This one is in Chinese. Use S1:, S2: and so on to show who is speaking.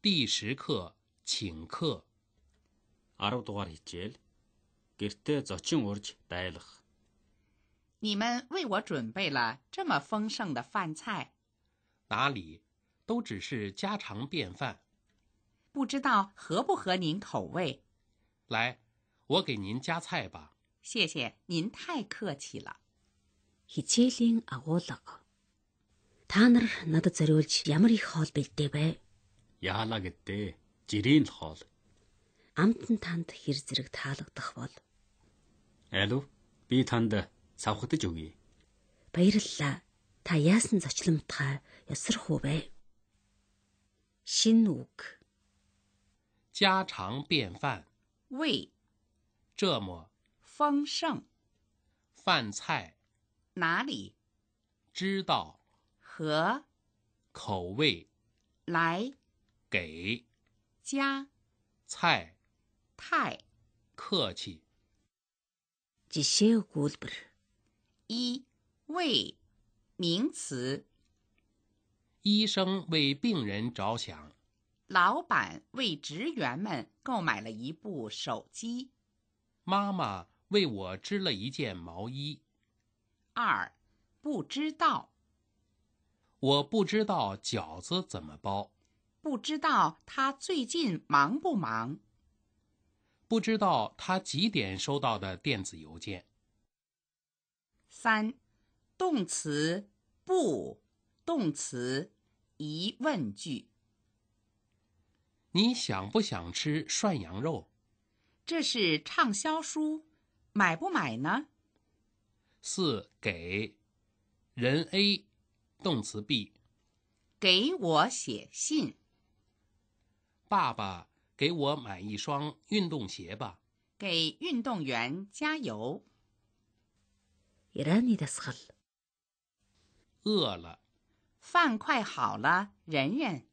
S1: 第十课请客，
S2: 10 дугаар хичээл гэртээ зочин урж дайлах.
S3: 你们为我准备了这么丰盛的饭菜，
S1: 哪里都只是家常便饭。
S3: 不知道合不合您口味？
S1: 来，我给您夹菜吧。
S3: 谢谢，您太客气了。
S4: хичээлийн агуулга. Та нар надад зориулж ямар их хоол бэлдээ бай.
S2: Яалаа гэдээ жирийн л хоол.
S4: Амт нь танд хэр зэрэг таалагдах бол
S2: Алив би танд савхатж өгье.
S4: баярлалаа. Та яасан зочломтхай ясрах уу бэ? Шин үг.
S1: 家常便饭，
S3: 为
S1: 这么
S3: 丰盛
S1: 饭菜
S3: 哪里
S1: 知道
S3: 和
S1: 口味
S3: 来
S1: 给
S3: 加
S1: 菜
S3: 太
S1: 客气。
S4: Жишээ өгүүлбэр.
S3: 一为名词，
S1: 医生为病人着想，
S3: 老板为职员们购买了一部手机。
S1: 妈妈为我织了一件毛衣。
S3: 二不知道，
S1: 我不知道饺子怎么包，
S3: 不知道他最近忙不忙。
S1: 不知道他几点收到的电子邮件。
S3: 三，动词不，动词疑问句。
S1: 你想不想吃涮羊肉？
S3: 这是畅销书，买不买呢？
S1: 四给人 A 动词 B，
S3: 给我写信，
S1: 爸爸给我买一双运动鞋吧。
S3: 给运动员加油。
S4: Ираны дасгал.
S1: 饿了，
S3: 饭快好了，忍忍。